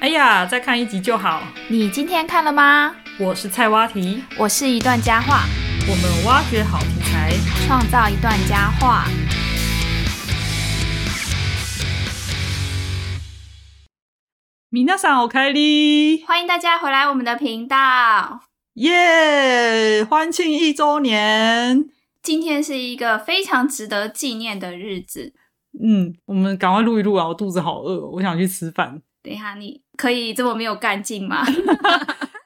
哎呀，再看一集就好。你今天看了吗？我是菜蛙题，我是一段佳话，我们挖掘好题材。创造一段佳话。米娜桑，我开哩，欢迎大家回来我们的频道。耶！欢庆一周年。今天是一个非常值得纪念的日子。嗯，我们赶快录一录啊！我肚子好饿，我想去吃饭。等一下，你可以这么没有干劲 吗？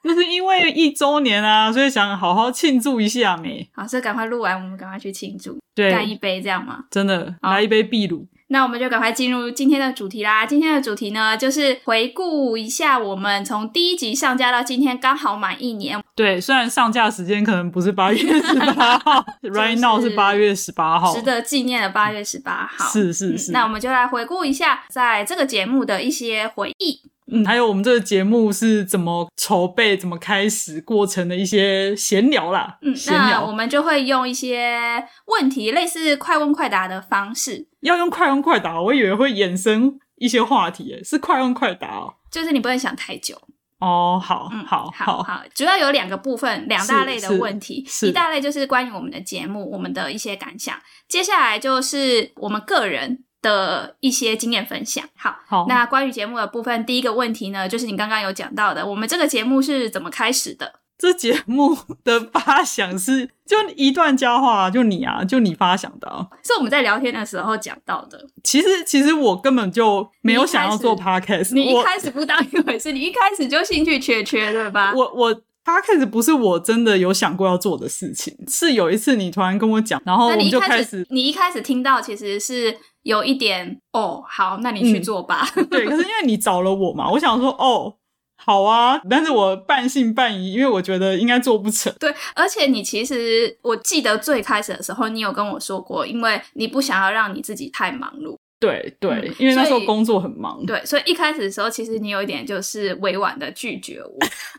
就是因为一周年啊，所以想好好庆祝一下没？好，所以赶快录完，我们赶快去庆祝，干一对，杯，这样吗？真的好来一杯秘鲁。那我们就赶快进入今天的主题啦。今天的主题呢，就是回顾一下我们从第一集上架到今天刚好满一年。对，虽然上架时间可能不是八月十八 号，right now 是八月十八号值。得纪念的八月十八号。是是是嗯那我们就来回顾一下在这个节目的一些回忆。嗯，还有我们这个节目是怎么筹备、怎么开始过程的一些闲聊啦。嗯，闲那我聊们就会用一些问题，类似快问快答的方式，要用快问快答，我以为会衍生一些话题耶，是快问快答哦。就是你不能想太久。哦，好，嗯，好，好好，主要有两个部分，两大类的问题。是是一大类就是关于我们的节目，我们的一些感想。接下来就是我们个人。的一些经验分享。好，好那关于节目的部分，第一个问题呢，就是你刚刚有讲到的，我们这个节目是怎么开始的？这节目的发想是就一段佳话，就你啊，就你发想的、啊。是我们在聊天的时候讲到的。其实，其实我根本就没有想要做你一 podcast，你一我开始啊不当一回事，你一开始就兴趣缺缺，对吧？我我 podcast 不是我真的有想过要做的事情，是有一次你突然跟我讲，哦然后我那你们一就开始你一开始听到其实是有一点哦，好，那你去嗯做吧。 对，可是因为你找了我嘛，我想说哦，好啊，但是我半信半疑，因为我觉得应该做不成。对，而且你其实我记得最开始的时候，你有跟我说过，因为你不想要让你自己太忙碌，对对，嗯因为那时候所以工作很忙， 对，所以一开始的时候，其实你有一点就是委婉的拒绝我。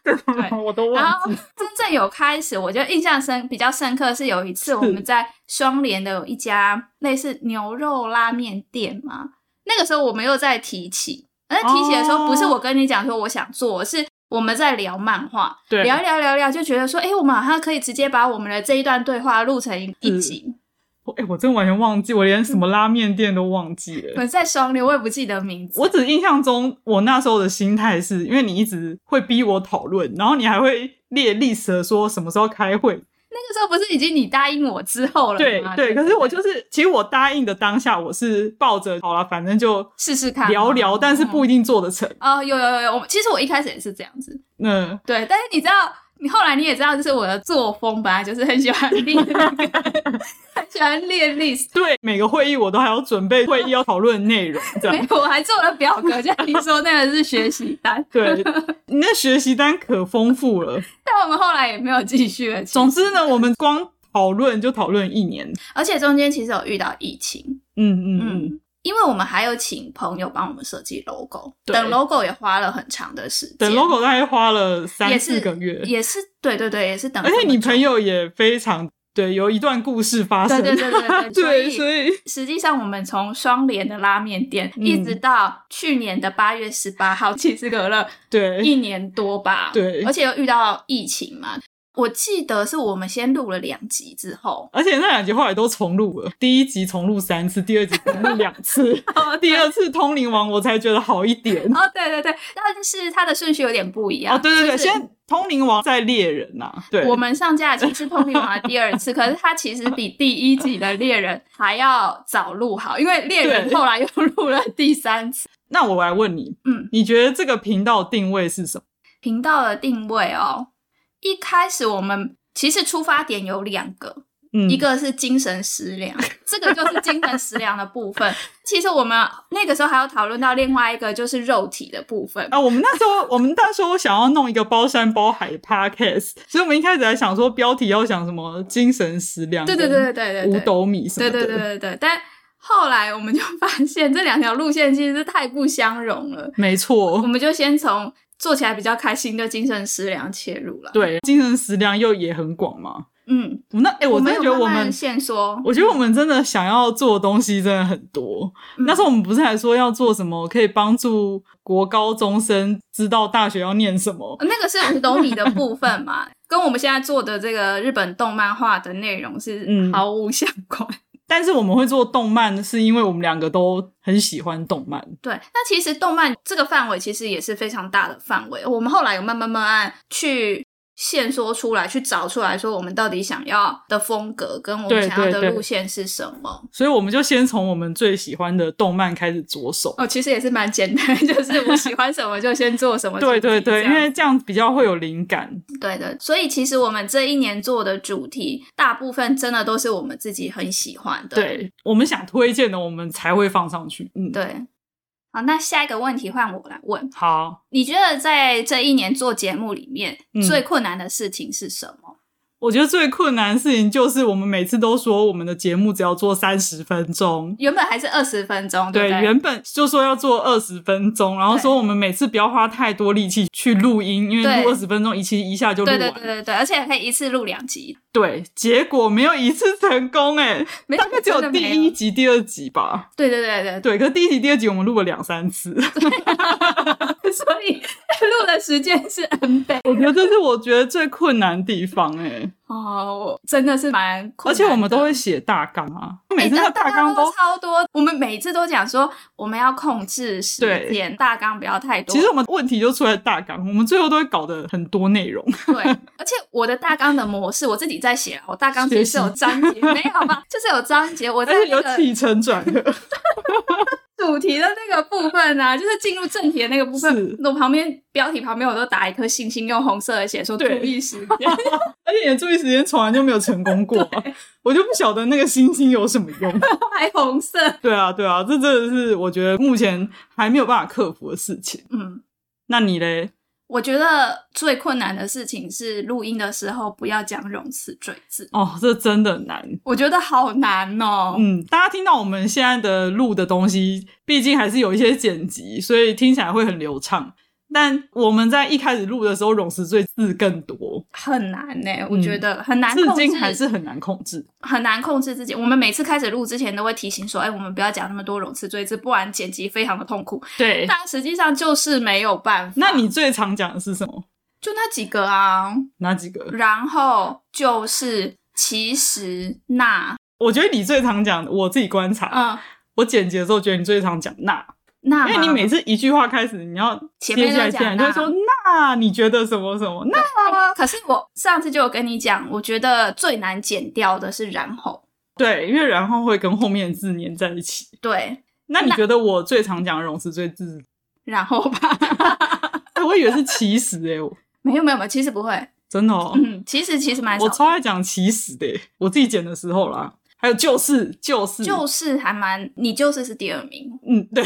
对我都然忘后记。 真正有开始，我觉得印象深比较深刻是有一次我们在双连的有一家类似牛肉拉面店嘛，那个时候我们又在提起，而提起的时候哦不是我跟你讲说我想做，是我们在聊漫画，对，聊一聊聊一聊就觉得说，哎，我们好像可以直接把我们的这一段对话录成一是集。我哎、我真的完全忘记，我连什么拉面店都忘记我了。们在双连，我也不记得名字。我只印象中，我那时候的心态是因为你一直会逼我讨论，然后你还会列 list 的说什么时候开会，那个时候不是已经你答应我啊之后了对吗？对。可是我就是是，其实我答应的当下，我是抱着好了，反正就试试看嘛聊聊，但是嗯不一定做得成。哦，有有有有，我其实我一开始也是这样子，嗯，对，但是你知道，你后来你也知道，就是我的作风本来就是很喜 欢列那个，很喜欢列 list。对，每个会议我都还要准备会议要讨论的内容，这没样。有，我还做了表格，就像你说那个是学习单，对，你那学习单可丰富 了。但我们后来也没有继续了。其实总之，呢，我们光讨论就讨论一年。而且中间其实有遇到疫情，嗯嗯嗯，嗯，因为我们还有请朋友帮我们设计 logo，对等 logo 也花了很长的时间，等 logo 大概花了三也四是个月，也是对对对，也是等。而且你朋。友也非常对，有一段故事发对生。对对 对对，所所以以实际上，我们从双联的拉面店，一嗯直到去年的八月十八号，其实可乐对一年多吧。哎对而且又遇到疫情嘛。我记得是我们先录了两集之后，而且那两集后来都重录了，第一集重录三次，第二集重录两次， 第二次《通灵王》我才觉得好一点。哦，对对对，但是它的顺序有点不一样。哦，对对对，就是先《通灵王》再《猎人》呐，对，我们上架其实是《通灵王》的第 二次，可是它其实比第一集的《猎人》还要早录好，因为《猎人》对后来又录了第三次。那我来问你，嗯，你觉得这个频道定位是什么？频道的定位哦，一开始我们其实出发点有两个，嗯，一个是精神食粮， 这个就是精神食粮的部分。 其实我们那个时候还有讨论到另外一个就是肉体的部分。啊，我们那时 候，我们那时候想要弄一个包山包海的 podcast，所以我们一开始还想说标题要想什么精神食粮，对对对对对对五对，斗米什么对的，对对对对，但后来我们就发现这两条路线其实是太不相容了，没我错，们就先从做起来比较开心的精神食粮切入了。对，精神食粮又也很广嘛，嗯，我那哎、我真们的有觉得我慢慢们，线索，我觉得我们真的想要做的东西真的很多。嗯那时候我们不是还说要做什么可以帮助国高中生知道大学要念什么？哦那个是五斗米的部分嘛，跟我们现在做的这个日本动漫画的内容是嗯毫无相关。但是我们会做动漫，是因为我们两个都很喜欢动漫。对，那其实动漫这个范围其实也是非常大的范围。我们后来有慢慢慢慢去线索出来，去找出来说我们到底想要的风格跟我们对想要对的对路线是什么。所以我们就先从我们最喜欢的动漫开始着手。哦，其实也是蛮简单，就是我喜欢什么就先做什么主对题这样。对对，因为这样比较会有灵感。对的，所以其实我们这一年做的主题，大部分真的都是我们自己很喜欢的。对我们想推荐的，我们才会放上去。嗯，对。好，那下一个问题换我来问，好，你觉得在这一年做节目里面、嗯最困难的事情是什么？我觉得最困难的事情就是我们每次都说我们的节目只要做三十分钟。原本还是二十分钟，对，不对？原本就说要做二十分钟，然后对说我们每次不要花太多力气去录音，因为对录二十分钟一期一下就录完对对了。对对对，而且可以一次录两集，对结果没有一次成功，哎，没大概只真的有第没一集、第二集吧。对对对对对，可是第一集、第二集我们录了两三 次，对， 所以录的时间是 N 倍我觉得这是我觉得最困难的地方哎、哦，我真的是蛮而困难的且我们都会写大纲啊，每次哎那那个大纲都，超多，我们每次都讲说我们要控制时对间，大纲不要太多。其实我们问题就出在大纲，我们最后都会搞得很多内 容。 对，而且我的大纲的模式我自己在写啊，我大纲其实是有学习章节，没有吧？就是有章节，我在但是那有个起承转合， 主题的那个部分啊，就是进入正题的那个部分是，我旁边标题旁边我都打一颗星星，用红色的写说注对意时间。 而且你的注意时间从来就没有成功过啊、我就不晓得那个星星有什么用。 还红色。对啊，对啊，这真的是我觉得目前还没有办法克服的事情。嗯，那你嘞？我觉得最困难的事情是录音的时候不要讲冗词赘字，哦，这真的难。我觉得好难哦。嗯，大家听到我们现在的录的东西，毕竟还是有一些剪辑，所以听起来会很流畅。但我们在一开始录的时候，冗词赘字更多，很难呢、我嗯觉得很难至控今还制，是很难控制。很难控制自己。我们每次开始录之前都会提醒说，哎、我们不要讲那么多冗词赘字，不然剪辑非常的痛苦。对，但实际上就是没有办法。那你最常讲的是什么？就那几个啊，哪几 个？然后就是其实那我觉得你最常讲的，我自己观察，嗯我剪辑的时候觉得你最常讲那，那因嘛，为你每次一句话开始，你要前接面下来都进讲来，啊你就那说那你觉得什么什么那 可是我上次就有跟你讲，我觉得最难剪掉的是然后，对，因为然后会跟后面的字连在一起。对，那你那觉得我最常讲的冗词赘字？然后吧， 哎，我以为是其实哎、我没有没有没有，其实不会，真的哦，嗯，其实其实蛮我少，超爱讲其实的、欸，我自己剪的时候啦。还有就是就是就是还蛮，你就是是第二名。嗯， 对。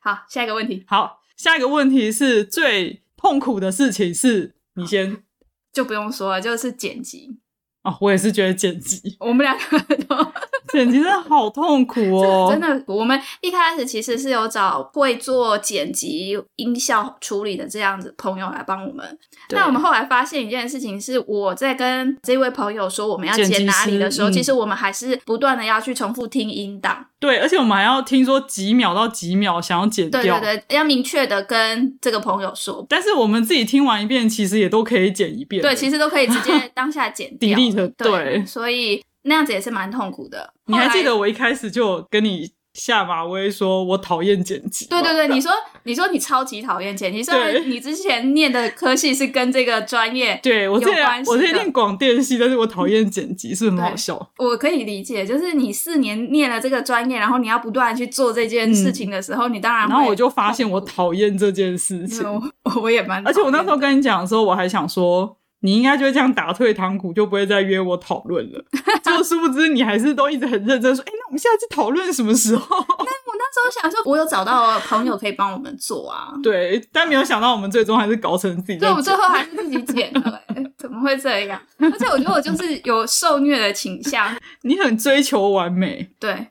好，下一个问题好，下一个问题是最痛苦的事情是，你先就不用说了，就是剪辑，哦，我也是觉得剪辑，我们两个都剪辑真的好痛苦哦，真的，我们一开始其实是有找会做剪辑、音效处理的这样子朋友来帮我们。对。那我们后来发现一件事情是，我在跟这位朋友说我们要剪辑剪哪里的师时候，嗯其实我们还是不断的要去重复听音档，对，而且我们还要听说几秒到几秒想要剪掉，对对对，要明确的跟这个朋友说，但是我们自己听完一遍，其实也都可以剪一遍的。对，其实都可以直接当下剪 掉 Delete，对，对所以那样子也是蛮痛苦的。你还后来记得我一开始就有跟你下马威说我讨厌剪辑吗，对对对，你说你说你超级讨厌剪辑，虽然对你之前念的科系是跟这个专业，对我有之前关系我之前的念广电系，但是我讨厌剪辑，是不是很对好笑？我可以理解，就是你四年念了这个专业，然后你要不断地去做这件事情的时候，你当然嗯然会，后我就发现我讨厌这件事因情为， 我 我也蛮，而且我那时候。跟你讲的时候，我还想说。你应该就会这样打退堂鼓，就不会再约我讨论 了。结果殊不知你还是都一直很认真说：“哎、那我们下次讨论什么时候 我那时候想说，我有找到朋友可以帮我们 做啊，？”对，但没有想到我们最终还是搞成自己在所以我讲。最后还是自己剪了、欸， 怎么会这样？而且我觉得我就是有受虐的倾向，你很追求完美，对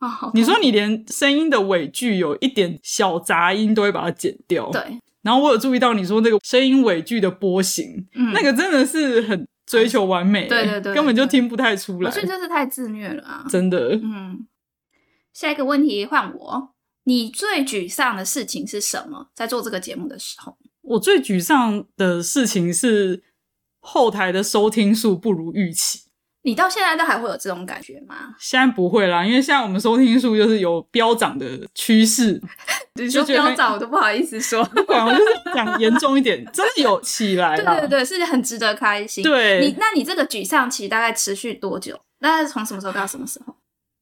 啊、好你说你连声音的尾句有一点小杂音都会把它剪掉。对，然后我有注意到你说那个声音尾句的波形，嗯，那个真的是很追求完美、对对对对根本就听不太出我来，觉得这是太自虐了啊。真的。嗯，下一个问题换我，你最沮丧的事情是什么？在做这个节目的时候，我最沮丧的事情是后台的收听数不如预期。你到现在都还会有这种感觉吗？现在不会啦，因为现在我们收听数就是有飙涨的趋势。你就说觉得飙涨，我都不好意思说。不管我就是讲严重一点，真的有起来对了。对对，是很值得开心。对你那你这个沮丧期大概持续多久？大概是从什么时候到什么时候？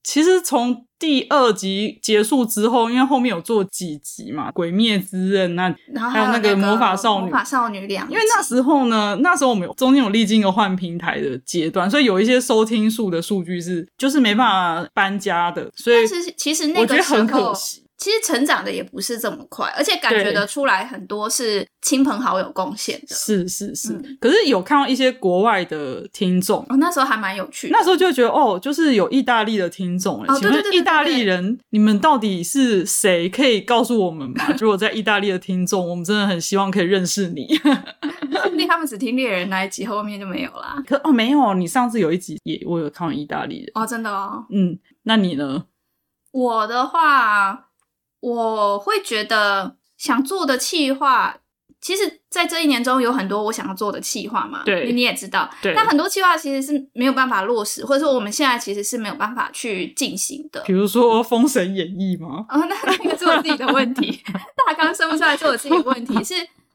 其实从第二集结束之后，因为后面有做几集嘛，《鬼灭之刃》啊那，然后还有有那个个魔法少女魔法少女两集，因为那时候呢，那时候我们有中间有历经一个换平台的阶段，所以有一些收听数的数据是就是没办法搬家的，所以但是其实那我觉个得时候很可惜。其实成长的也不是这么快，而且感觉对得出来很多是亲朋好友贡献的。是是是，嗯可是有看到一些国外的听众，哦，那时候还蛮有趣的。那时候就会觉得哦，就是有意大利的听众了。哦请对对对问对意大利人，你们到底是谁？可以告诉我们 吗？如果在意大利的听众，我们真的很希望可以认识你。说不定他们只听猎人那一集，后面就没有啦。可哦，没有，你上次有一集也我有看到意大利人。哦，真的哦。嗯，那你呢？我的话，我会觉得想做的企划，其实在这一年中有很多我想要做的企划嘛。对你你也知道。对但很多企划其实是没有办法落实，或者说我们现在其实是没有办法去进行的。比如说《封神演义》吗？哦，那那个是我自己的 问题，大纲生不出来是我自己的问题。是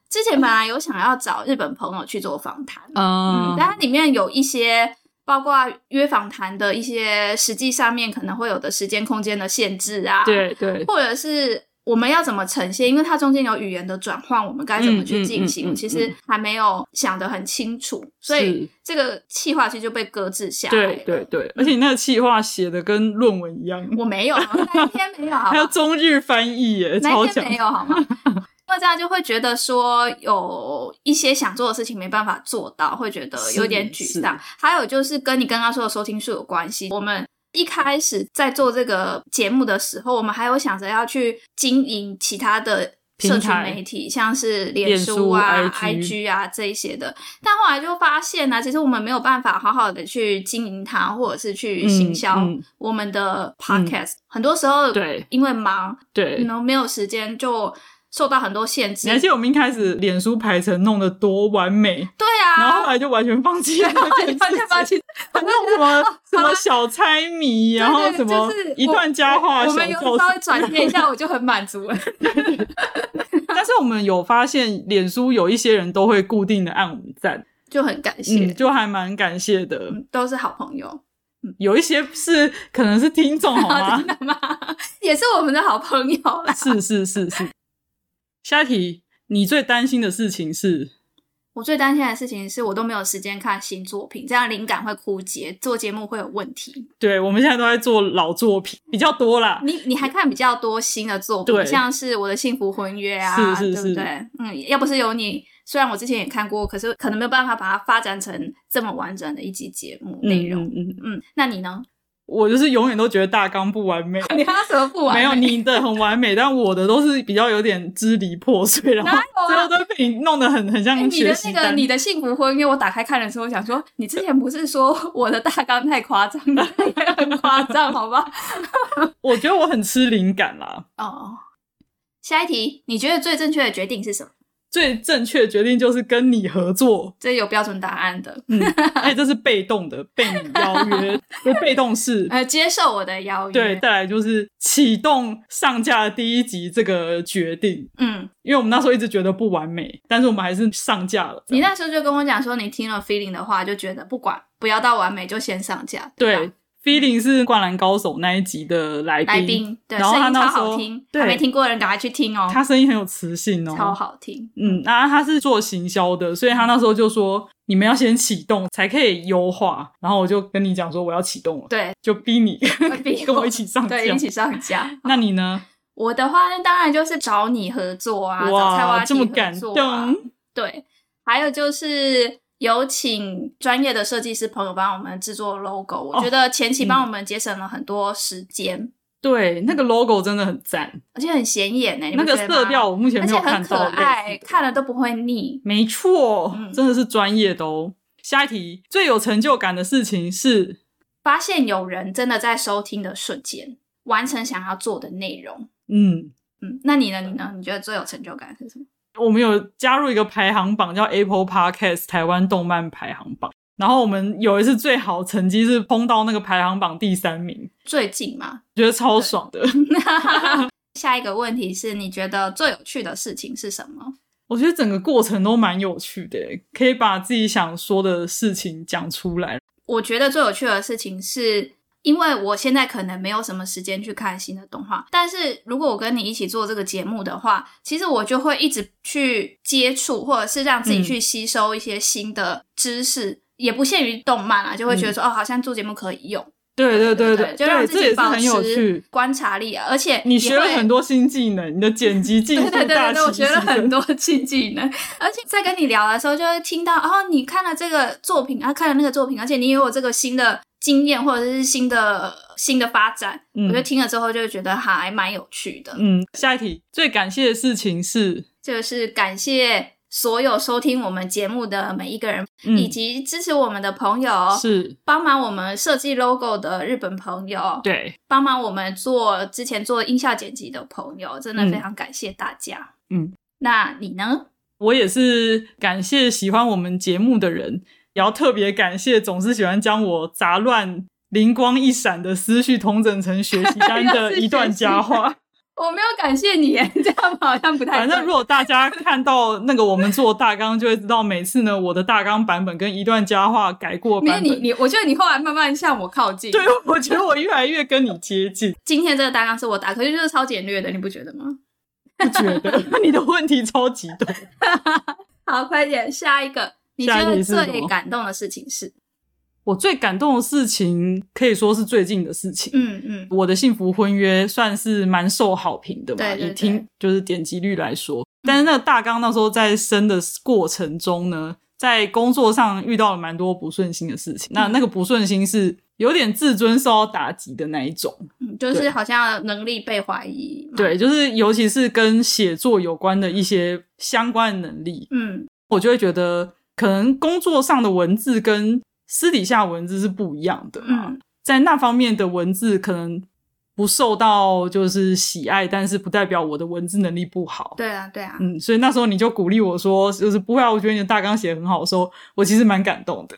之前本来有想要找日本朋友去做访谈，嗯，但它里面有一些包括约访谈的一些实际上面可能会有的时间空间的限制啊，，对对或者是我们要怎么呈现，因为它中间有语言的转换，我们该怎么去进嗯嗯行，嗯嗯嗯其实还没有想得很清楚，所以这个计划其实就被搁置下来了。对对嗯对，而且你那个企划写的跟论文一样，我没有，那一天没有，好不好 还有中日翻译耶，那 超一天强没。有好吗？因为这样就会觉得说有一些想做的事情没办法做到，会觉得有点沮嗯丧。还有就是跟你刚刚说的收听数有关系，我们。一开始在做这个节目的时候，我们还有想着要去经营其他的社平群台媒体，像是脸脸书书啊、 IG 啊这一些的。但后来就发现呢、啊其实我们没有办法好好的去经营它，或者是去嗯行销嗯我们的 podcast、很多时候，对因为忙，对，然后没有时间就受到很多限制你。还记得我们一开始脸书排程弄得多完美，对然后啊，后来就完全放弃了这 件事情，完全放弃。反正什么 什么小猜谜，然后对对什么就是一段佳话我我小我们有稍教微室。转变一下，我就很满足了。 但是我们有发现，脸书有一些人都会固定的按我们赞，就很感谢，嗯，就还蛮感谢的。嗯都是好朋友，有一些是可能是听 众，好吗真？的吗？也是我们的好朋友啦。是是是是。下一题，你最担心的事情是？我最担心的事情是我都没有时间看新作品，这样灵感会枯竭，做节目会有问题。对，我们现在都在做老作品，比较多啦。你你还看比较多新的作品，对像是我的幸福婚约啊，是是对不对？嗯，要不是有你，虽然我之前也看过，可是可能没有办法把它发展成这么完整的一集节目内嗯容。嗯嗯，嗯，那你呢？ 我就是永远都觉得大纲不完美，你还有什么不完啊没美？有你的很完美，但我的都是比较有点支离破碎，然后哪有啊最后都被你弄得很很哎像你的学习那单。个你的幸福婚约，我打开看的时候我想说，你之前不是说我的大纲太夸张，你这个也 很夸张，好吧？我觉得我很吃灵感啦。哦，下一题，你觉得最正确的决定是什么？最正确的决定就是跟你合作， 这有标准答案的，嗯，哎，这是被动的，被你邀约， 就被动式。呃，接受我的邀约。对，，再来就是启动上架的第一集这个决定，嗯，因为我们那时候一直觉得不完美，但是我们还是上架了。你那时候就跟我讲说，你听了 feeling 的话，就觉得不管不要到完美，就先上架。对吧， ，feeling 是《灌篮高手》那一集的来宾，来宾对然后声他音超那时候好听，对还没听过的人赶快去听哦，他声音很有磁性哦，超好听。嗯，那他是做行销的，所以他那时候就说你们要先启动才可以优化。然后我就跟你讲说我要启动了，对，就逼你 逼跟我一起上架。对，一起上架。那你 呢？我的话，那当然就是找你合作啊，找蔡哇，蛙这体么合感作、啊。动，对，还有就是。有请专业的设计师朋友帮我们制作 logo，、我哦觉得前期嗯帮我们节省了很多时间，对，那个 logo 真的很赞，而且很显眼呢、欸你那不个觉得色吗调我目前而没且有很看可到类似的爱，看了都不会腻。没错，嗯真的是专业的哦。下一题，最有成就感的事情是，发现有人真的在收听的瞬间，完成想要做的内容。嗯，嗯，那你呢？你呢？你觉得最有成就感是什么？我们有加入一个排行榜，叫 Apple Podcast 台湾动漫排行榜。然后我们有一次最好成绩是冲到那个排行榜第三名，最近嘛。觉得超爽的。下一个问题是你觉得最有趣的事情是什么？ 我觉得整个过程都蛮有趣的，可以把自己想说的事情讲出来。我觉得最有趣的事情是，因为我现在可能没有什么时间去看新的动画，但是如果我跟你一起做这个节目的话，其实我就会一直去接触，或者是让自己去吸收一些新的知识，也不限于动漫啊，就会觉得说、哦，好像做节目可以用，对对对对，就让对，自这也己是保很有持趣。观察力、啊，而且你也学了会很多新技能，你的剪辑技术 对对对大对，我提学了升很多 新技能，而且在跟你聊的时候，就会听到哦，你看了这个作品啊，看了那个作品，而且你也有这个新的经验或者是新的新的发展，嗯我就听了之后就会觉得还蛮有趣的。嗯，下一题，最感谢的事情是，就是感谢所有收听我们节目的每一个人，嗯，以及支持我们的朋友，是帮忙我们设计 logo 的日本朋友，对，帮忙我们做之前做音效剪辑的朋友，真的嗯非常感谢大家。嗯，那你呢？我也是感谢喜欢我们节目的人，也要特别感谢总是喜欢将我杂乱、灵光一闪的思绪统整成学习单 又的是一段佳话。我没有感谢你耶，这样好像不太反对。正如果大家看到那个我们做大纲，就会知道每次呢我的大纲版本跟一段佳话改过没有版你，本。你我觉得你后来慢慢向我靠 近。对，我觉得我越来越跟你接近，今天这个大纲是我打，可是就是超简略的，你不觉得吗？不觉得？ 你的问题超级多。好，快点下一个。你觉下一得题是什最么感动的事情是？我最感动的事情，可以说是最近的事情。嗯嗯，我的幸福婚约算是蛮受好评的嘛，对对对以听就是点击率来说。但是那个大纲那时候在生的过程中呢，在工作上遇到了蛮多不顺心的事情。那嗯那个不顺心是有点自尊受到打击的那一种，嗯，就是对好像能力被怀疑。，对，就是尤其是跟写作有关的一些相关的能力，嗯我就会觉得可能工作上的文字跟私底下文字是不一样的嘛。嗯在那方面的文字可能不受到就是喜爱，但是不代表我的文字能力不好。对啊对啊。嗯，所以那时候你就鼓励我说，就是不会啊，我觉得你的大纲写得很好的时候，我其实蛮感动的。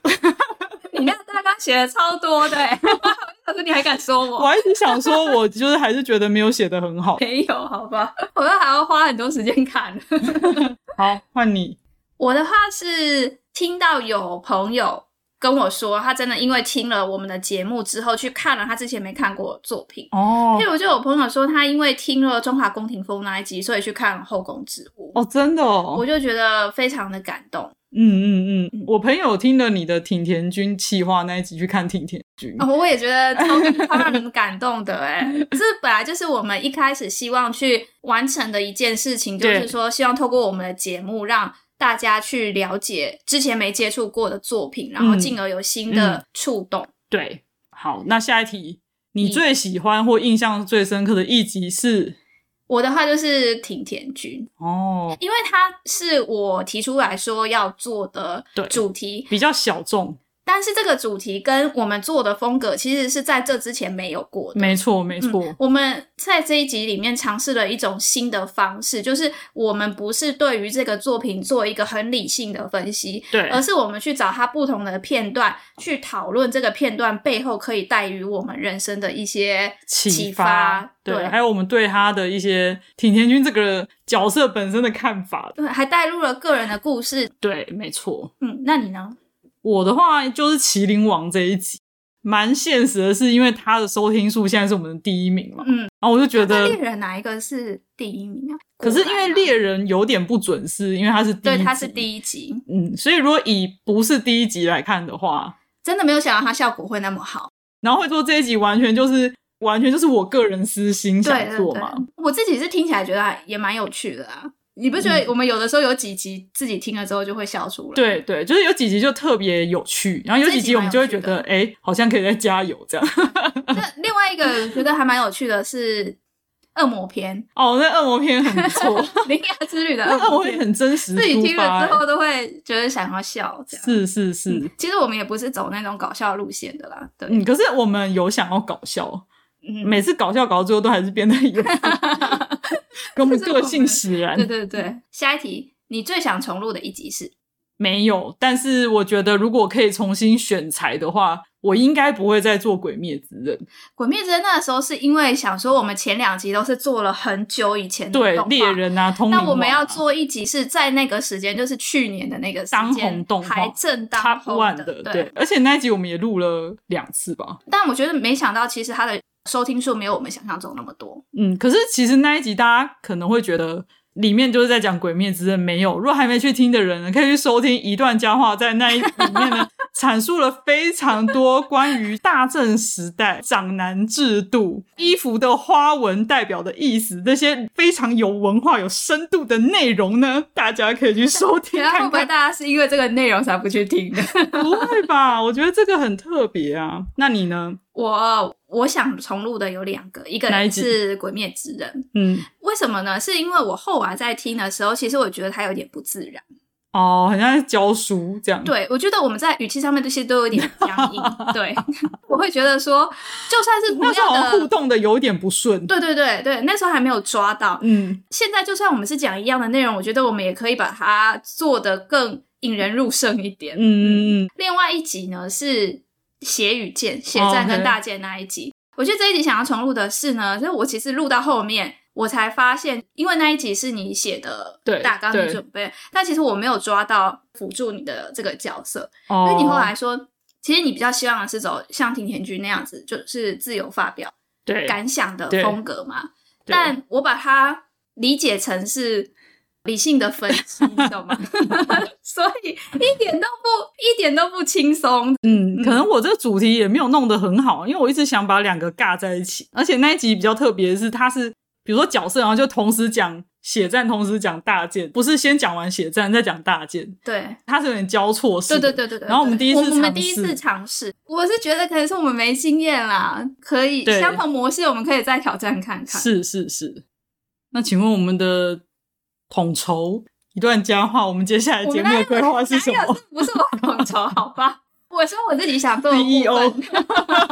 你那个大纲写的超多的耶， 可是你还敢说我我？还一直想说，我就是还是觉得没有写得很好。 没有，好吧，我都还要花很多时间看。 好，换你。我的话是听到有朋友跟我说，他真的因为听了我们的节目之后，去看了他之前没看过的作品。哦譬如就有朋友说，他因为听了《中华宫廷风》那一集，所以去看《后宫之物》哦，真的哦我，就觉得非常的感动。嗯嗯嗯，我朋友听了你的挺田君气话那一集去看挺田君，哦，我也觉得超 超让人感动的哎，这本来就是我们一开始希望去完成的一件事情，就对是说希望透过我们的节目让。大家去了解之前没接触过的作品，然后嗯进而有新的触动。对，好，那下一题，你嗯最喜欢或印象最深刻的一集是？我的话就是挺田君，哦，因为他是我提出来说要做的对主题，比较小众，但是这个主题跟我们做的风格其实是在这之前没有过的。嗯没错，没错，我们在这一集里面尝试了一种新的方式，就是我们不是对于这个作品做一个很理性的分析，对，而是我们去找它不同的片段，去讨论这个片段背后可以带予我们人生的一些启发，对，还有我们对他的一些挺田君这个角色本身的看法，对，还带入了个人的故事。对，没错。嗯，那你呢？我的话就是《麒麟王》这一集，蛮现实的是，因为他的收听数现在是我们的第一名嘛，嗯，然后我就觉那得猎，人哪一个是第一名啊？可是因果然为啊猎人有点不准是，因为他是第一对集，他是第一集，嗯，所以如果以不是第一集来看的话，真的没有想到他效果会那么好。然后会做这一集，完全就是完全就是我个人私心对想对做对嘛。，我自己是听起来觉得还也蛮有趣的啊。你不觉得我们有的时候有几集自己听了之后就会笑出来？嗯对对，就是有几集就特别有趣，然后有几集我们就会觉得，哎，好像可以再加油这样。那另外一个我觉得还蛮有趣的是，恶魔篇，哦，那恶魔片很不 错，铃芽之旅的那恶恶魔魔片篇，很真实自己出听发了之欸，后都会觉得想要笑这样。是是是，嗯其实我们也不是走那种搞笑路线的啦，对，嗯，可是我们有想要搞笑，嗯，每次搞笑搞到最后都还是变得 有，跟我们个性使然对。对嗯对。下一题，你最想重录的一集是？没有，但是我觉得如果可以重新选材的话，我应该不会再做《鬼灭之刃》。鬼灭之刃那时候是因为想说，我们前两集都是做了很久以前的对动，画猎人啊，通灵那王啊我们要做一集是在那个时间，就是去年的那个时当间红动画还正当 Top 红 One 的，对对。，而且那一集我们也录了两次吧。但我觉得没想到，其实它的收听数没有我们想象中那么多。嗯，可是其实那一集大家可能会觉得里面就是在讲《鬼灭之刃》，没有。如果还没去听的人呢，可以去收听一段佳话，在那一里面呢，阐述了非常多关于大正时代、长男制度、衣服的花纹代表的意思这些非常有文化、有深度的内容呢，大家可以去收听原来会看不会看。大家是因为这个内容才不去听的？ 不会吧？我觉得这个很特别啊。那你呢？我我想重录的有两个，一个哪一集是《鬼灭之刃》，嗯，为什么呢？是因为我后来在听的时候，其实我觉得它有点不自然。哦，很像在教书这样。对，我觉得我们在语气上面这些都有点僵硬。 对， 我会觉得说，就算是那同时候好像样互的，动的有点不顺。对对对对，那时候还没有抓到。嗯，现在就算我们是讲一样的内容，我觉得我们也可以把它做得更引人入胜一点。嗯嗯嗯，另外一集呢是血与剑、血战跟大剑那一集。我觉得这一集想要重录的是呢，就是我其实录到后面，我才发现，因为那一集是你写的对大纲对你准备，但其实我没有抓到辅助你的这个角色，哦因为你后来说，其实你比较希望的是走像庭田君那样子，就是自由发表、对感想的对风格嘛。对但我把它理解成是理性的分析，你懂 吗？所以一点都不一点都不轻松。嗯，可能我这个主题也没有弄得很好，因为我一直想把两个尬在一起，而且那一集比较特别的是，它是比如说角色，然后就同时讲血战，同时讲大剑，不是先讲完血战再讲大剑，对，它是有点交错式对的。对对对对。然后我们第一次我们尝第一试次尝试，我是觉得可能是我们没经验啦，可以对相同模式，我们可以再挑战看看。是是是。那请问我们的统筹一段佳话，我们接下来我节们目哪的规有划是什哪有么这？不是我统筹，好 吧？我说我自己想做的 E 部分。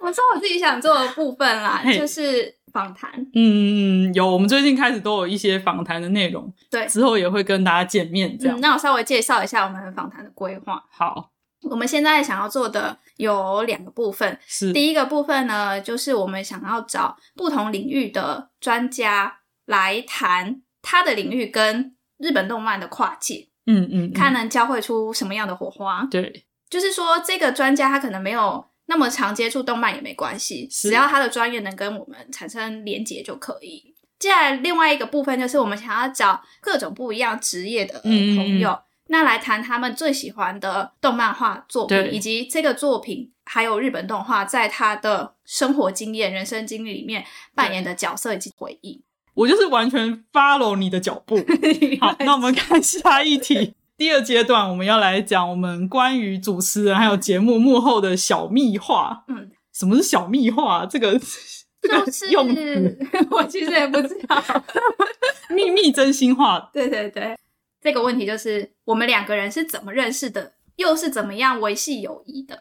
我说我自己想做的部分啦，嘿就是访谈。嗯嗯嗯，有，我们最近开始都有一些访谈的内容，对，之后也会跟大家见面，这样、嗯，那我稍微介绍一下我们访谈的规划。好。我们现在想要做的有两个部分，是第一个部分呢，就是我们想要找不同领域的专家来谈他的领域跟日本动漫的跨界，嗯嗯，嗯看能交汇出什么样的火花。对就是说，这个专家他可能没有那么常接触动漫也没关系，是只要他的专业能跟我们产生连结就可以。接下来另外一个部分就是我们想要找各种不一样职业的嗯嗯嗯朋友，那来谈他们最喜欢的动漫画作对品，以及这个作品还有日本动画在他的生活经验、人生经历里面扮演的角色以及回忆。我就是完全 follow 你的脚步。 好，那我们看下一题。第二阶段我们要来讲我们关于主持人还有节目幕后的小秘话。嗯，什么是小秘话？这个这就个是用词 我其实也不知道，秘 密真心话。对对对，这个问题就是我们两个人是怎么认识的，又是怎么样维系友谊的？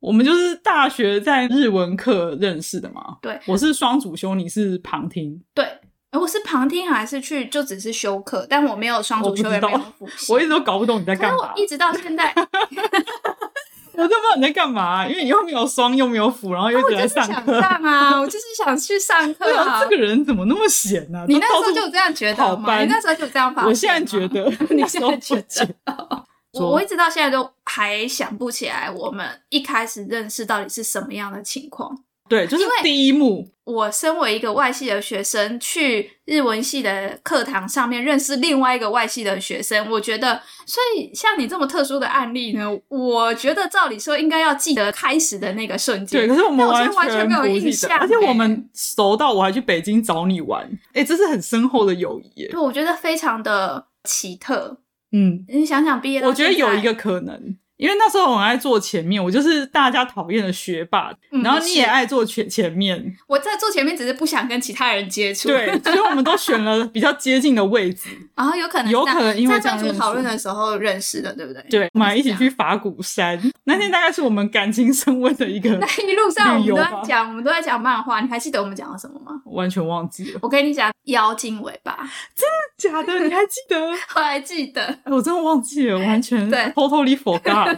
我们就是大学在日文课认识的嘛。对，我是双主修，你是旁听。对，呃我是旁听还是去就只是修课，但我没有双我不主修，知也没有道复 习。我一直都搞不懂你在可干是嘛我。一直到 现在，我都不知道你在干嘛，啊因为你又没有双，又没有辅，然后又一我直就来是上想课。上啊，我就是想去上对课啊，啊这。个人怎么那么闲呢、你那都时候到处就这样觉跑得吗？班你那时候就这样发现吗？我现在觉得，你 那时现候在不觉觉得，我我一直到现在都还想不起来我们一开始认识到底是什么样的情况。 对，就是因为第一幕，我身为一个外系的学生，去日文系的课堂上面认识另外一个外系的学生，我觉得，所以像你这么特殊的案例呢，我觉得照理说应该要记得开始的那个瞬对，间。可是我们但我现在完完全没有不记印得，象而且欸我们熟到我还去北京找你玩，哎、这是很深厚的友谊耶。对，我觉得非常的奇特。嗯，你想想，毕业到我觉得现在有一个可能，因为那时候我很爱坐前面，我就是大家讨厌的学霸，嗯然后你也是爱坐前前面，我在坐前面只是不想跟其他人接触，对，所以我们都选了比较接近的位 置，然后有可能有可能因为在这样在认识分组讨论的时候认识的，对不对？对，我们还一起是这啊去样。法鼓山，那天大概是我们感情升温的一个，那一路上我旅游们都吧在讲，我们都在讲漫画，你还记得我们讲了什么吗？我完全忘记 了，我跟你讲，妖精尾巴，假的，你还记得？ 我还记得。哎我真的忘记了，完全对 totally forgot。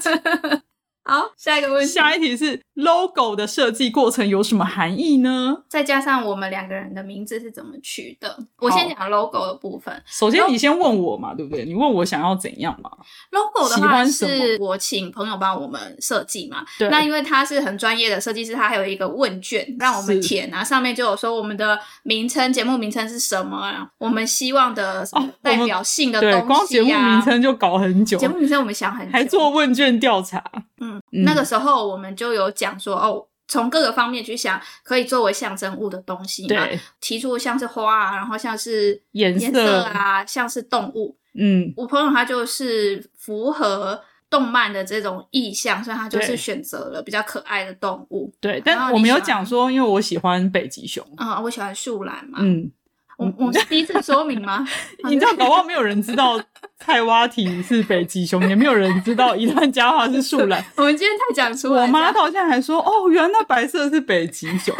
好，下一个问题，下一题是 logo 的设计过程有什么含义呢？再加上我们两个人的名字是怎么取的。我先讲 logo 的部分首先你先问我嘛，对不对？你问我想要怎样嘛？ ，logo 的喜话欢什么是我请朋友帮我们设计嘛。对，那因为他是很专业的设计师，他还有一个问卷让我们是填啊，上面就有说我们的名称、节目名称是什么啊，我们希望的什么哦我代们表性的对，光东节西目呀、名称就搞很久，节目名称我们想很久，还做问卷调查。嗯，嗯那个时候我们就有讲说哦。从各个方面去想，可以作为象征物的东西嘛，嗯对，提出像是花啊，然后像是颜色色啊，像是动物。嗯，我朋友他就是符合动漫的这种意象，所以他就对是选择了比较可爱的动物。对。然但后我你没有喜欢讲说，因为我喜欢北极熊。嗯，我喜欢树懒嘛。嗯，我我是第一次说明吗？ 你知道，搞不好没有人知道菜蛙体是北极熊，也没有人知道一段佳话是树懒。我们今天才讲出来。我妈这样到现在还说，哦，原来那白色是北极 熊，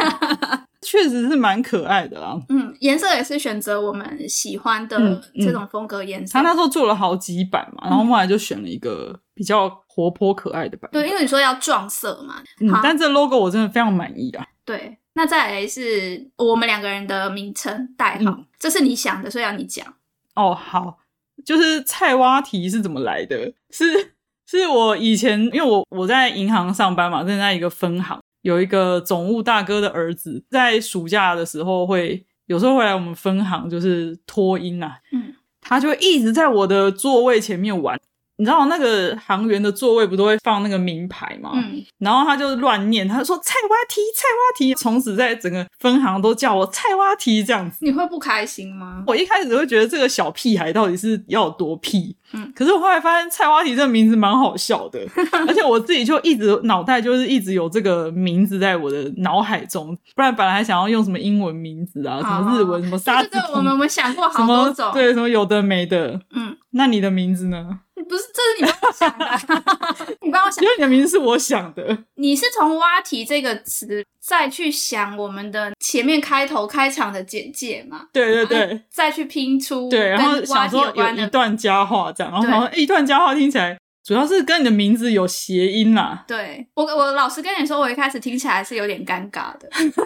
确实是蛮可爱的啦。嗯，颜色也是选择我们喜欢嗯的嗯这种风格颜色。他那时候做了好几版嘛，然后后来就选了一个比较活泼可爱的版本。嗯对，因为你说要撞色嘛。嗯好，，但这 logo 我真的非常满意啊。对。那再来是我们两个人的名称代号，这是你想的，所以要你讲。嗯哦，好，就是菜蛙题是怎么来的？是是我以前因为我我在银行上班嘛，正在一个分行，有一个总务大哥的儿子，在暑假的时候会有时候会来我们分行，就是托音啊，嗯，他就会一直在我的座位前面玩。你知道那个行员的座位不都会放那个名牌吗？嗯，然后他就乱念，他说菜蛙题，菜蛙题，从此在整个分行都叫我菜蛙题这样子。你会不开心吗？我一开始会觉得这个小屁孩到底是要有多屁，嗯可是我后来发现菜蛙题这个名字蛮好笑的，而且我自己就一直脑袋就是一直有这个名字在我的脑海中，不然本来还想要用什么英文名字啊，什哦么日文，什么沙对子皮对，对，我们我们想过什好么多种。对什么有的没的，嗯，那你的名字呢？不是，这是你帮我想的， 你帮我想因。为你的名字是我想的，你是从“蛙题”这个词再去想我们的前面开头开场的简介嘛？呃对对对。再去拼出对，然后跟蛙想题说有关有一的。段佳话这样，然后对好像一段佳话听起来主要是跟你的名字有谐音啦。对我，我老实跟你说，我一开始听起来是有点尴尬的。 你知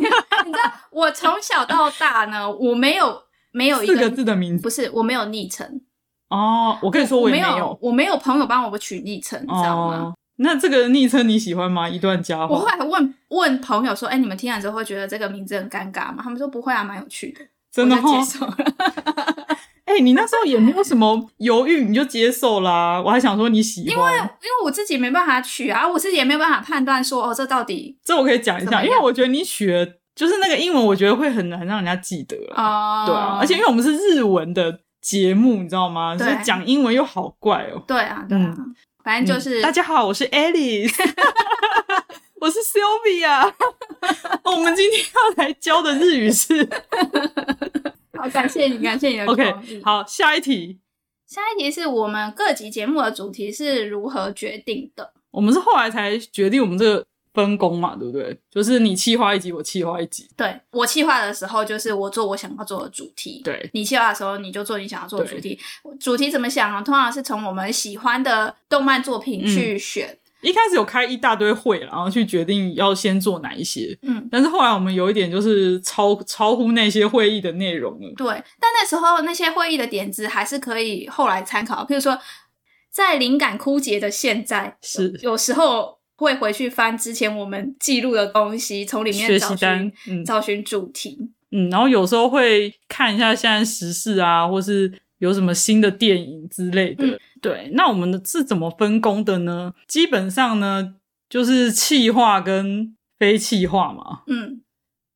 道，我从小到大呢，我没有没有一四个字的名字不是，我没有昵称。哦，我跟你说我我也没有，，我没有朋友帮我取昵称，你知道吗？哦。那这个昵称你喜欢吗？一段佳我话后，来问问朋友说：“哎、你们听了之后会觉得这个名字很尴尬吗？”他们说：“不会啊，蛮有趣的。”真的我就接哦。受了。 哎、你那时候也没有什么犹豫，你就接受啦。我还想说你喜欢，因为我自己没办法取啊，我自己也没有办法判断说哦，这到底这我可以讲一怎么下，因样为我觉得你学就是那个英文，我觉得会很难让人家记得啦。哦， 对啊，而且因为我们是日文的节目，你知道吗？所对以讲英文又好怪哦、对啊，对啊，反正就嗯是、大家好，我是 Alice，我是 Sylvia。我哦们今天要来教的日语 是好感谢 你，感谢你的同意 OK。好，下一题，下一题是我们各集节目的主题是如何决定的？我们是后来才决定我们这个分工嘛，对不对？就是你企划一集，我企划一集，对我企划的时候，就是我做我想要做的主题。对你企划的时候，你就做你想要做的主题。主题怎么想呢？通常是从我们喜欢的动漫作嗯品去选。一开始有开一大堆会，然后去决定要先做哪一些。嗯，但是后来我们有一点就是超超乎那些会议的内容了。对，但那时候那些会议的点子还是可以后来参考，譬如说，在灵感枯竭的现在，是有有时候会回去翻之前我们记录的东西，从里面学找习寻单，嗯找寻主题。嗯，然后有时候会看一下现在时事啊，或是有什么新的电影之类的。嗯对，那我们的是怎么分工的呢？基本上呢，就是气化跟非气化嘛。嗯，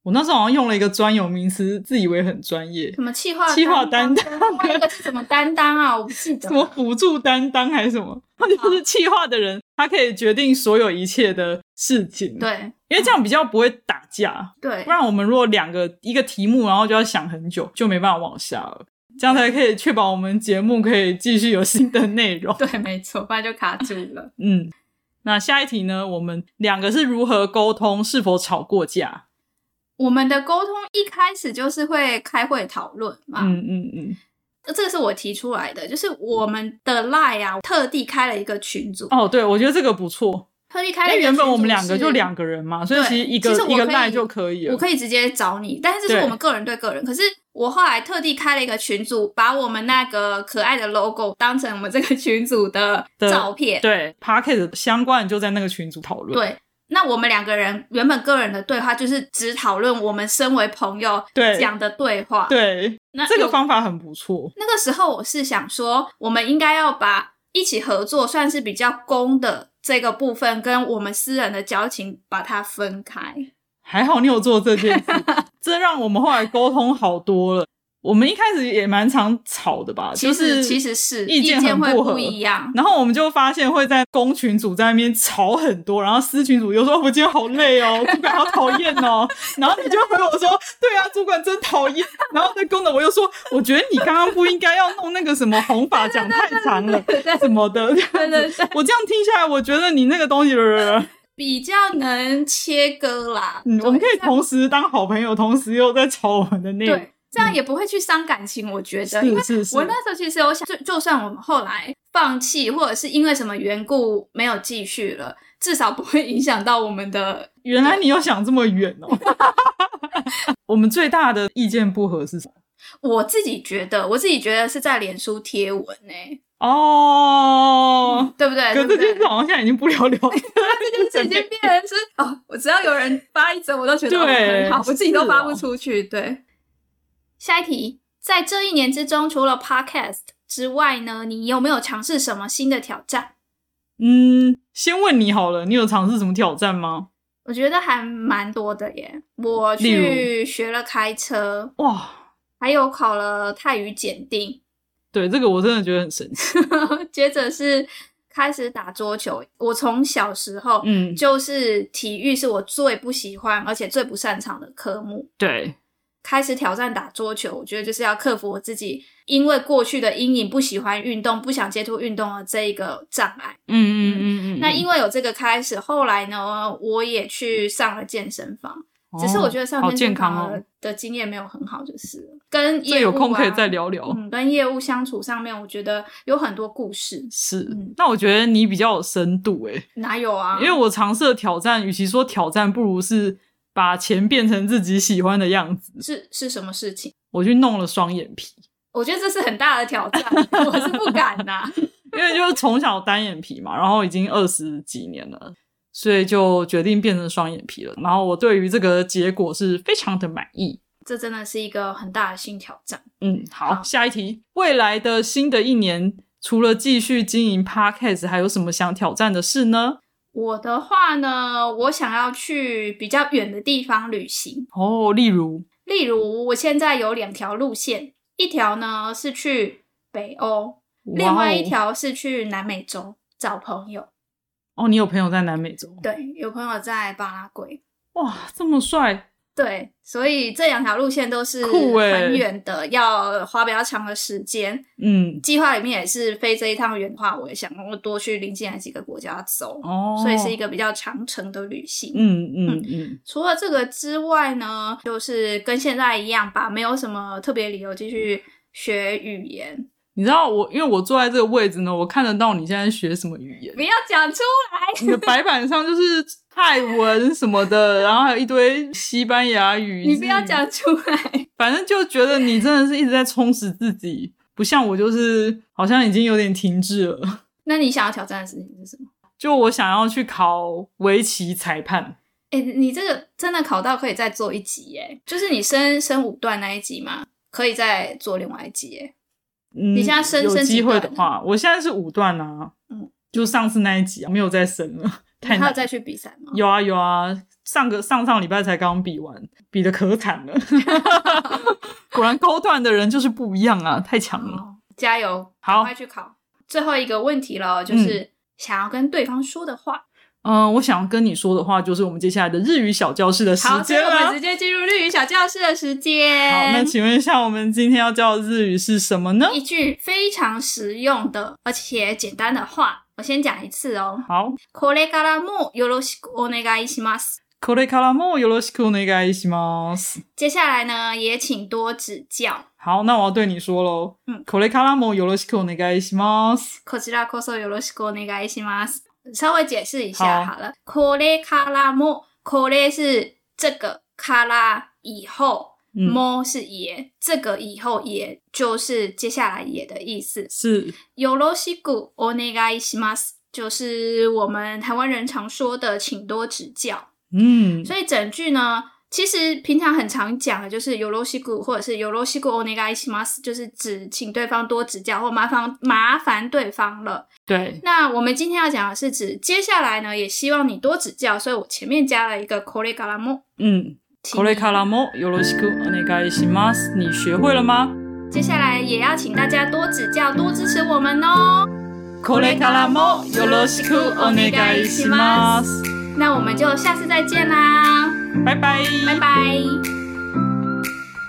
我我那时候好像用了一个专有名词，自以为很专业，什么企划企划担当，那个是什么担当啊？我不记得什么辅助担当还是什么，就是企划的人，他可以决定所有一切的事情。，对嗯因为这样比较不会打架，对不，然我们如果两个一个题目，然后就要想很久，就没办法往下了。这样才可以确保我们节目可以继续有新的内容。对，没错，不然就卡住了。嗯，那下一题呢？我们两个是如何沟通，是否吵过架？我们的沟通一开始就是会开会讨论嘛，嗯嗯嗯。这个是我提出来的，就是我们的 Line 啊，特地开了一个群组，哦，对，我觉得这个不错，特地因开了一为哎个原本我们群组两个就是两个人嘛，所以对其实一个其实我一个可以 line 就可以了。我可以直接找你，但是这是对我们个人对个人。可是我后来特地开了一个群组，把我们那个可爱的 logo 当成我们这个群组的 的照片。对 p o c k e t 相关的就在那个群组讨论。对那我们两个人原本个人的对话就是只讨论我们身为朋友对讲的对话。对，那这个有方法很不错。那个时候我是想说，我们应该要把一起合作算是比较公的这个部分，跟我们私人的交情把它分开。还好你有做这 件事，这让我们后来沟通好多了。我们一开始也蛮常吵的吧，其就是实其实是意见很会不合不 一样。然后我们就发现会在公群组在那边吵很多，然后私群组又说：“我今天好累哦，主管好讨厌哦。”然后你就回我说：“对啊，主管真讨厌。”然后在公的我又说：“我觉得你刚刚不应该要弄那个什么红法讲太长了什么的。”真的是我这样听下来，我觉得你那个东西，比较能切割啦。嗯，对我们可以这样同时当好朋友，同时又在吵我们的内容。对，这样也不会去伤感情。我觉得，因为嗯是是是，我那时候其实有想，就就算我们后来放弃，或者是因为什么缘故没有继续了，至少不会影响到我们的。原来你有想这么远 哦。 我们最大的意见不合是什么？我自己觉得，我自己觉得是在脸书贴文呢、哦、对不对？可对是不这对件事？好像现在已经不了 了之，这件事已经变成是哦，我只要有人发一则，我都觉得哦对很好，我自己都发不是哦出去。对，下一题，在这一年之中，除了 Podcast 之外呢，你有没有尝试什么新的挑战？嗯，先问你好了，你有尝试什么挑战吗？我觉得还蛮多的耶。我例去学了开车，哇，还有考了泰语检定， 对，这个我真的觉得很神奇。接着是开始打桌球。我从小时候嗯，就是体育是我最不喜欢而且最不擅长的科目。对，开始挑战打桌球，我觉得就是要克服我自己因为过去的阴影，不喜欢运动、不想接触运动的这一个障碍。嗯嗯嗯嗯。那因为有这个开始，后来呢，我也去上了健身房，只是我觉得上哦好健健身康房哦的，的经验没有很好，就是了跟业务、这啊、有空可以再聊聊。嗯，跟业务相处上面，我觉得有很多故事，是嗯，那我觉得你比较有深度诶、哪有啊？因为我尝试的挑战，与其说挑战，不如是把钱变成自己喜欢的样子。是是什么事情？我去弄了双眼皮，我觉得这是很大的挑战， 我是不敢呐、因为就是从小单眼皮嘛，然后已经二十几年了，所以就决定变成双眼皮了。然后我对于这个结果是非常的满意。这真的是一个很大的新挑战。嗯，好，好下一题，未来的新的一年，除了继续经营 podcast，还有什么想挑战的事呢？我的话呢，我想要去比较远的地方旅行，哦，例如，例如我现在有两条路线，一条呢是去北欧，另外哦一条是去南美洲找朋友。哇哦，哦，你有朋友在南美洲，对，有朋友在巴拉圭。哇，这么帅，对，所以这两条路线都是酷欸很远的，要花比较长的时间。嗯，计划里面也是飞这一趟远的话，我也想我多去邻近的几个国家走，哦，所以是一，个比较长程的旅行。嗯嗯嗯，除了这个之外呢，就是跟现在一样吧，没有什么特别理由继续学语言。你知道我，因为我坐在这个位置呢，我看得到你现在学什么语言不。要讲出你的白板上就是泰文什么的，然后还有一堆西班牙语。来，你不要日语讲出来。 反正就觉得你真的是一直在充实自己，不像我就是好像已经有点停滞了。那你想要挑战的事情是什么？就我想要去考围棋裁判，哎、你这个真的考到可以再做一集耶，就是你升升五段那一集嘛，可以再做另外一集耶。嗯，你现在升有升几机会的段话，我现在是五段啊，嗯，就上次那一集啊，没有再升了。太还难有。再去比赛吗？有啊有啊，上个上上礼拜才刚比完，比的可惨 了。果然高段的人就是不一样啊，太强了。哦加油，好赶快去考。最后一个问题了，就是想要跟对方说的话。嗯，我想跟你说的话就是我们接下来的日语小教室的时好，所以间我了。们好，直接进入日语小教室的时间。那请问一下，我们今天要教的日语是什么呢？一句非常实用的而且简单的话，我先讲一次哦。好，これからもよろしくお願いします。これからもよろしくお願いします。接下来呢，也请多指教。好，那我要对你说喽。嗯これからもよろしくお願いします。こちらこそよろしくお願いします。稍微解释一下好好了。これからも、これ是这个から以后，嗯，も是也，这个以后也就是接下来也的意思。是よろしくお願いします，就是我们台湾人常说的，请多指教。嗯，所以整句呢，其实平常很常讲的就是有罗西古或者是有罗西古 onegai s m a s 就是指请对方多指教或麻烦麻烦对方了。对，那我们今天要讲的是指接下来呢，也希望你多指教，所以我前面加了一个 k o r e g a r a m o 嗯。これからもよろしくお願いします。你学会了吗？接下来也要请大家多指教，多支持我们哦。これからもよろしくお願いします。那我们就下次再见啦，拜拜。拜拜。